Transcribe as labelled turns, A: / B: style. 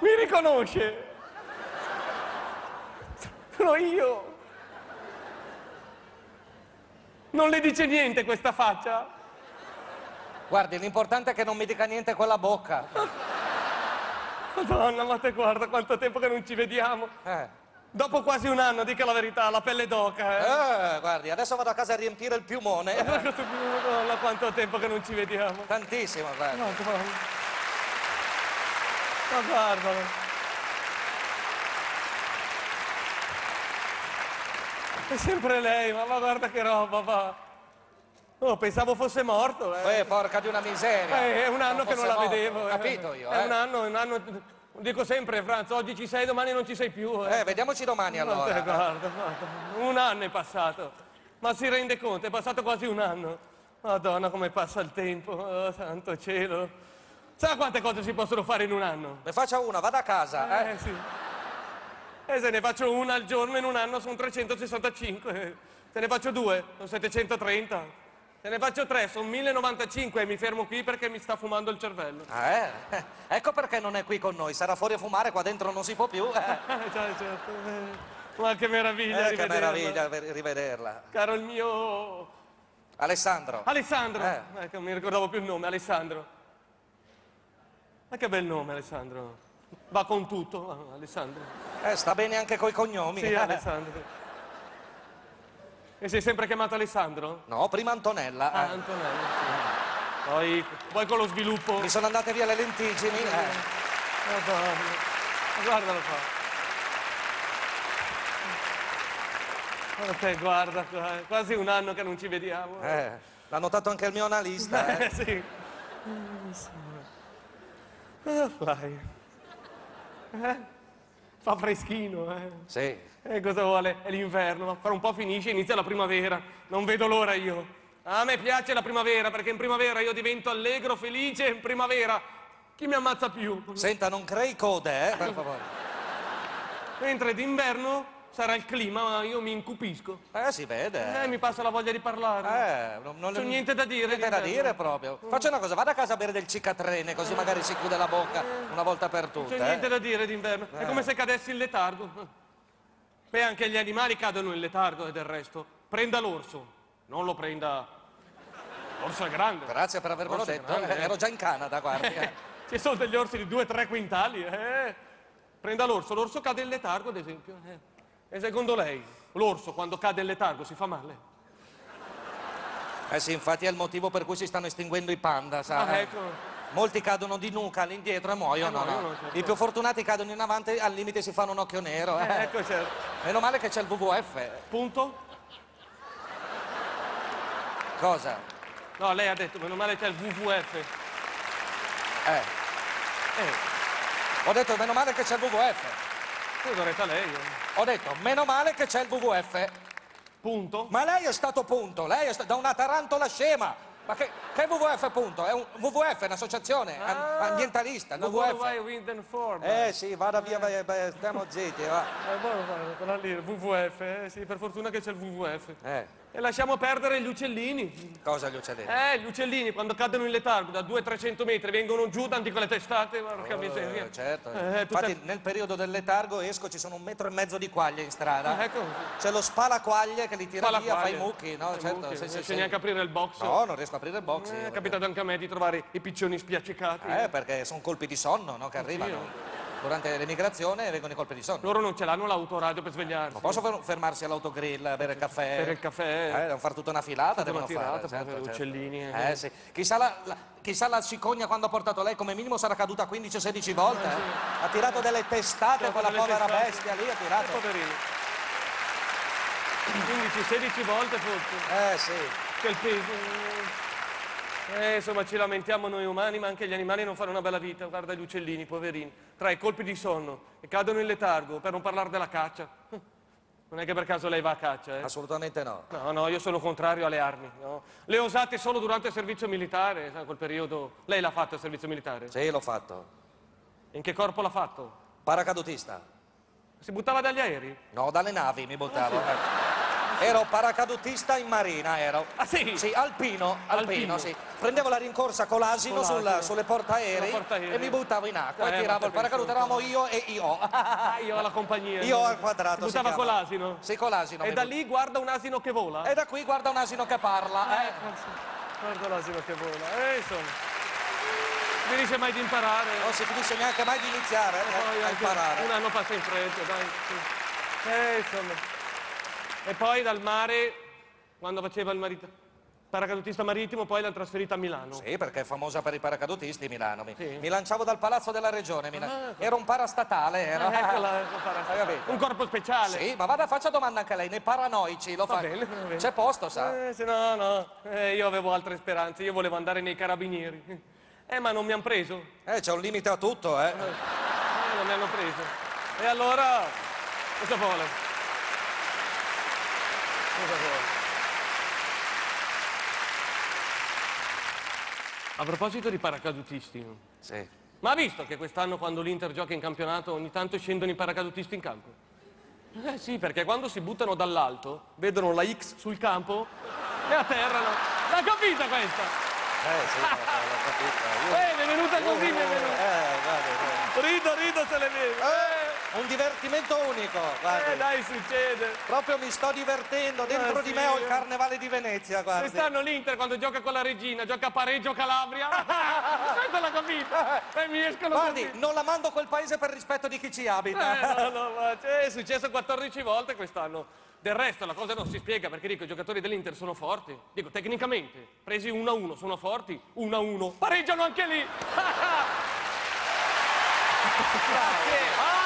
A: Mi riconosce. Sono io. Non le dice niente questa faccia?
B: Guardi, l'importante è che non mi dica niente con la bocca.
A: Madonna, ma te guarda quanto tempo che non ci vediamo.
B: Eh.
A: Dopo quasi un anno, dica la verità, la pelle d'oca, eh.
B: Eh, guardi, adesso vado a casa a riempire il piumone.
A: Madonna, quanto tempo che non ci vediamo.
B: Tantissimo, guardi.
A: Madonna. Ma guardalo. È sempre lei, ma, ma guarda che roba, va. Oh, pensavo fosse morto, eh.
B: Eh, porca di una miseria.
A: Eh, è un anno che non
B: fosse
A: la
B: morto,
A: vedevo. eh.
B: Capito io,
A: È un
B: eh.
A: anno, un anno. Dico sempre, Franz, oggi ci sei, domani non ci sei più. Eh.
B: Eh, vediamoci domani
A: Ma te,
B: allora.
A: guarda, guarda, un anno è passato, ma si rende conto, è passato quasi un anno. Madonna, come passa il tempo, oh, santo cielo. Sa quante cose si possono fare in un anno?
B: Ne faccia una, vada a casa. Eh.
A: Eh sì. E se ne faccio una al giorno in un anno sono 365. Se ne faccio due sono 730. Se ne faccio tre sono 1095 e mi fermo qui perché mi sta fumando il cervello.
B: Ah, eh? Eh, Ecco perché non è qui con noi, sarà fuori a fumare, qua dentro non si può più. Eh,
A: Eh, già, certo. Eh, Ma che meraviglia
B: Eh, che
A: rivederla.
B: meraviglia ve- rivederla.
A: Caro il mio
B: Alessandro,
A: Alessandro!
B: Eh.
A: Ecco, mi ricordavo più il nome, Alessandro. Ma che bel nome, Alessandro. Va con tutto, eh, Alessandro.
B: eh, sta bene anche coi cognomi.
A: Sì,
B: eh.
A: Alessandro. E sei sempre chiamato Alessandro?
B: No, prima Antonella.
A: Ah,
B: eh.
A: Antonello. sì. Poi, poi con lo sviluppo.
B: Mi sono andate via le lentigini. eh.
A: Madonna. Ma Guardalo qua. Ma Oh, te guarda qua, è quasi un anno che non ci vediamo.
B: Eh, L'ha notato anche il mio analista. eh.
A: Eh, sì. Eh, sì. Cosa fai? Eh? Fa freschino, eh.
B: Sì.
A: Eh, cosa vuole? È l'inverno, ma fra un po' finisce e inizia la primavera. Non vedo l'ora io. A me piace la primavera perché in primavera io divento allegro, felice. In primavera chi mi ammazza più?
B: Senta, non crei code, eh, per favore.
A: Mentre d'inverno sarà il clima, ma io mi incupisco.
B: Eh, si
A: Eh,
B: vede.
A: mi passa la voglia di parlare.
B: Eh, non, non
A: C'ho niente da dire,
B: Niente da
A: d'inverno.
B: dire proprio. Faccia una cosa, vada a casa a bere del cicatrene, così magari si chiude la bocca una volta per tutte.
A: C'è
B: eh.
A: niente da dire d'inverno. È come se cadessi in letargo. Beh, anche gli animali cadono in letargo e del resto. Prenda l'orso, non lo prenda. L'orso è grande.
B: eh. Grazie per avermelo
A: Forse è
B: detto.
A: grande,
B: eh,
A: eh.
B: Ero già in Canada, guardi. eh.
A: Ci sono degli orsi di 2-3 quintali, eh. Prenda l'orso, l'orso cade in letargo, ad esempio. eh. E secondo lei, l'orso quando cade in letargo si fa male?
B: Eh sì, infatti è il motivo per cui si stanno estinguendo i panda, sa.
A: Ah,
B: eh.
A: ecco.
B: Molti cadono di nuca all'indietro e muoiono.
A: Eh, no,
B: no?
A: io non so.
B: I più fortunati cadono in avanti, al limite si fanno un occhio nero. eh.
A: Eh, ecco, certo.
B: Meno male che c'è il WWF.
A: Punto?
B: Cosa?
A: No, lei ha detto, meno male c'è il WWF.
B: Eh,
A: Eh,
B: ho detto meno male che c'è il WWF.
A: poi dovrete lei. eh.
B: Ho detto meno male che c'è il WWF.
A: Punto?
B: Ma lei è stato punto, lei è sta- da una tarantola scema. Ma che, che WWF punto? È un WWF, è un'associazione an-
A: Ah.
B: ambientalista, il
A: La World
B: WWF.
A: Wide Wind and Form.
B: Eh sì, vada via, vai- vai, stiamo zitti, va.
A: Eh, buono, buono, quella lì, il WWF, eh, sì, per fortuna che c'è il WWF.
B: Eh,
A: E lasciamo perdere gli uccellini.
B: cosa gli ho detto?
A: Eh, gli uccellini quando cadono in letargo da 200-300 metri vengono giù, tanti con le testate, porca miseria.
B: Eh, certo.
A: Eh, tutte-
B: Infatti nel periodo del letargo esco, ci sono un metro e mezzo di quaglie in
A: Ah,
B: strada.
A: ecco,
B: C'è lo spalaquaglie che li tira
A: fa la
B: eh, via, fa i
A: quaglia.
B: mucchi, no?
A: Fa i
B: certo,
A: mucchi,
B: sì,
A: non
B: sì,
A: riesce
B: sì.
A: neanche a aprire il box.
B: No, non riesco a aprire il box.
A: Eh,
B: io.
A: è capitato anche a me di trovare i piccioni spiaccicati.
B: Eh, perché sono colpi di sonno no, che arrivano. Durante l'emigrazione vengono i colpi di sonno.
A: Loro non ce l'hanno l'autoradio per svegliarsi.
B: Non posso fer- fermarsi all'autogrill a bere il caffè.
A: Per il caffè.
B: Eh, devono fare tutta una filata,
A: una
B: devono
A: tirata,
B: fare. certo,
A: poi per
B: certo.
A: uccellini, eh.
B: Eh, sì. Chissà la, la- chissà la cicogna quando ha portato lei, come minimo sarà caduta 15-16 volte. eh. Ha tirato delle testate
A: Certo,
B: con la
A: delle
B: povera
A: testate.
B: bestia lì, ha
A: Eh,
B: tirato.
A: poverini. 15-16 volte forse.
B: Eh sì.
A: Quel peso. Eh, insomma, ci lamentiamo noi umani, ma anche gli animali non fanno una bella vita. Guarda gli uccellini, poverini, tra i colpi di sonno e cadono in letargo, per non parlare della caccia. Non è che per caso lei va a caccia, eh?
B: Assolutamente no.
A: No, no, io sono contrario alle armi. no. Le usate solo durante il servizio militare, sa, quel periodo. Lei l'ha fatto il servizio militare?
B: Sì, l'ho fatto.
A: In che corpo l'ha fatto?
B: Paracadutista.
A: Si buttava dagli aerei?
B: No, dalle navi mi buttavo. eh. Ero paracadutista in marina, ero.
A: Ah, sì?
B: Sì, alpino, alpino,
A: Alpino.
B: sì. Prendevo la rincorsa con l'asino
A: Con
B: sul-
A: l'asino.
B: sulle portaerei
A: Sulla portaerei.
B: e mi buttavo in acqua
A: Eh,
B: e
A: ma
B: tiravo
A: capisco,
B: il paracadute. Eravamo io e io.
A: Ah, io alla compagnia.
B: Io al quadrato. si
A: Buttava
B: chiama.
A: con l'asino.
B: Sì, con l'asino.
A: e
B: mi
A: da
B: butt-
A: lì guarda un asino che vola.
B: E da qui guarda un asino che parla.
A: Eh,
B: eh.
A: guarda l'asino che vola. Eh, insomma. Non finisce mai di imparare.
B: Non si finisce neanche mai di iniziare eh,
A: Poi
B: a
A: anche
B: Eh, imparare.
A: Un anno passa in fretta, dai. sì. Eh, insomma. E poi dal mare, quando faceva il marito, paracadutista marittimo, poi l'hanno trasferita a Milano.
B: Sì, perché è famosa per i paracadutisti Milano. Mi,
A: Sì.
B: mi lanciavo dal palazzo della regione. Milano. Era un parastatale.
A: Eh,
B: Era.
A: eccola, ecco
B: Ah, Hai
A: para-
B: capito?
A: un corpo speciale.
B: Sì, ma vada, faccia domanda anche a lei, nei paranoici lo
A: Va
B: fa.
A: bene, va bene.
B: C'è posto, sa?
A: Eh, se no, no. Eh, io avevo altre speranze, io volevo andare nei carabinieri. Eh, ma non mi hanno preso.
B: Eh, c'è un limite a tutto, eh.
A: Eh, non mi hanno preso. E allora, cosa vuole? Cosa vuole? A proposito di paracadutisti,
B: Sì. Eh,
A: ma ha visto che quest'anno quando l'Inter gioca in campionato ogni tanto scendono i paracadutisti in campo? Eh sì, perché quando si buttano dall'alto, vedono la X sul campo e atterrano. L'ha capita questa?
B: Eh, sì, no, l'ho capito.
A: Eh, mi è venuta
B: Io-
A: così, mi è venuta.
B: Eh, guarda, guarda.
A: Rido, rido se le vedo. Eh,
B: Un divertimento unico,
A: eh,
B: guarda.
A: dai, succede.
B: Proprio mi sto divertendo, dentro
A: Eh,
B: di
A: sì,
B: me ho il
A: io-
B: carnevale di Venezia, guarda.
A: Quest'anno l'Inter quando gioca con la regina, gioca a pareggio Calabria. Questa l'ha capita. E mi escono
B: Guardi,
A: così.
B: non la mando a quel paese per rispetto di chi ci abita.
A: Eh, no, no, ma c'è- è successo 14 volte quest'anno. Del resto la cosa non si spiega perché dico i giocatori dell'Inter sono forti. Dico tecnicamente, presi 1-1, sono forti, 1-1, pareggiano anche lì.
B: Bravo.
A: Ah,